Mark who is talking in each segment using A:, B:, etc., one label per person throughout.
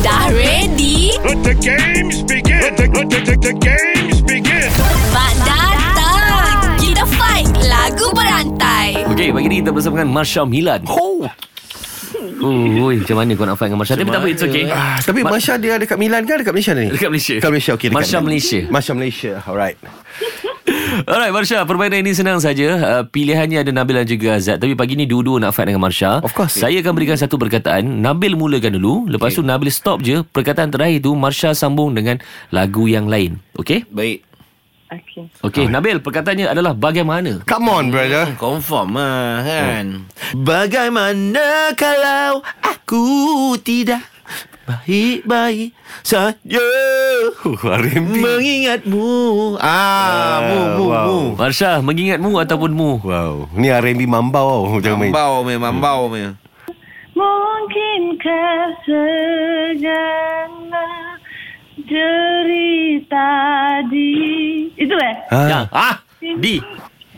A: Dah ready?
B: Let the games begin. Let the, let the, the, the games begin.
A: Mak datang! Kita fight lagu berantai.
C: Okey, pagi ni kita bersama dengan Marsha Milan. Oh. Uh, ui, macam mana kau nak fight dengan Marsha? Tapi tak apa, it's okay.
D: eh?
E: Ah, tapi
C: Ma-
E: Marsha dia dekat Milan ke dekat Malaysia ni?
C: Dekat Malaysia.
E: Dekat Malaysia, okey. dekat
C: Marsha Malaysia.
E: Marsha Malaysia, alright.
C: Alright, Marsha, permainan ini senang saja. Uh, pilihannya ada Nabil dan juga Azad. Tapi pagi ni dua-dua nak fight dengan Marsha.
E: Of course.
C: Saya akan berikan satu perkataan. Nabil mulakan dulu. Lepas tu Nabil stop je. Perkataan terakhir tu Marsha sambung dengan lagu yang lain. Okey?
D: Baik
F: Okay.
C: Okey, Nabil, perkataannya adalah bagaimana?
E: Come on, brother. Hmm.
D: Confirm lah kan Bagaimana kalau aku tidak Baik-baik saja
E: Uh,
D: Mengingatmu Ah, mu, mu,
E: wow.
D: mu
C: Marsha, mengingatmu ataupun mu?
E: Wow. Ni R&B mambau tau. Jangan main.
D: Mambau me, mambau me
F: Mungkinkah segala derita di... Itu eh?
C: Ya.
E: Ha,
C: Ah, di.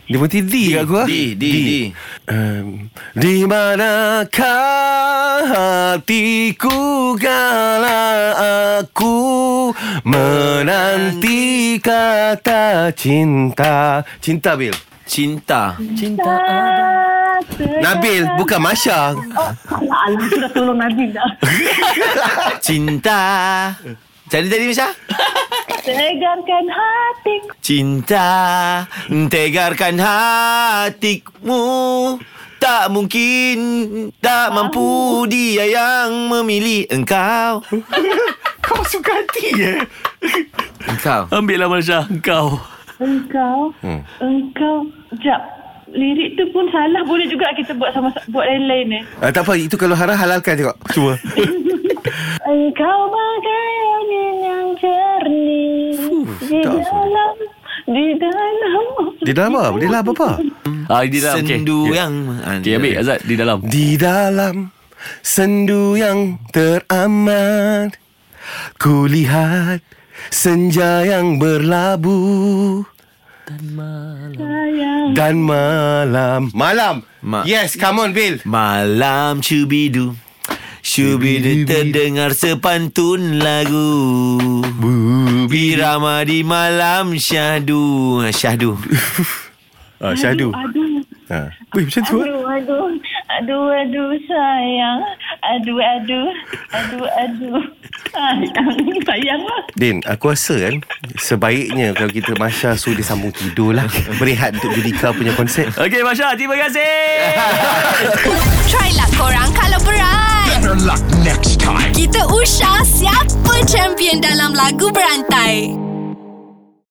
E: dia pun tidi kat ah. gua.
D: Di, di, di
E: Um, di manakah hatiku kala aku menanti kata cinta. Cinta, Bil.
D: Cinta
E: Nabil, bukan Masya.
D: Oh.
F: Alah, alah, aku Lah, dah tolong Nabil dah.
D: Cinta Jadi tadi Misha
F: Segarkan hati.
D: Cinta Tegarkan hatimu Tak mungkin Tak mampu Dia yang memilih engkau
E: Kau suka hati ya?
D: Engkau
C: Ambillah Marsha, kau.
F: Engkau,
E: Hmm.
F: engkau, jap. Lirik tu pun salah boleh juga kita buat sama buat lain-lain eh.
E: Ah, tak apa, itu kalau haram halalkan juga. Cuma.
F: Engkau bagai angin yang jernih di
E: tak apa.
F: dalam di dalam
E: Di dalam apa? Di dalam apa?
C: Ah, di dalam. okey.
D: Sendu yang
C: Okey, ambil Azad di dalam.
E: Di dalam sendu yang teramat Kulihat senja yang berlabu
F: sayang
E: Dan malam Malam!
D: Ma-
E: Yes, come on Bill
D: Malam cubidu Cubidu terdengar sepantun lagu Birama di malam syahdu Syahdu
E: ah, Syahdu
F: aduh
E: ah. Weh, macam tu ah.
F: aduh aduh aduh aduh sayang aduh aduh aduh aduh sayang sayang lah
E: Din, aku rasa kan Sebaiknya kalau kita Masya suruh dia sambung tidur lah Berehat untuk Judika punya konsep
C: Okey, Marsha, terima kasih.
A: Try lah korang kalau berat.
B: Better luck next time.
A: Kita usah siapa champion dalam lagu berantai.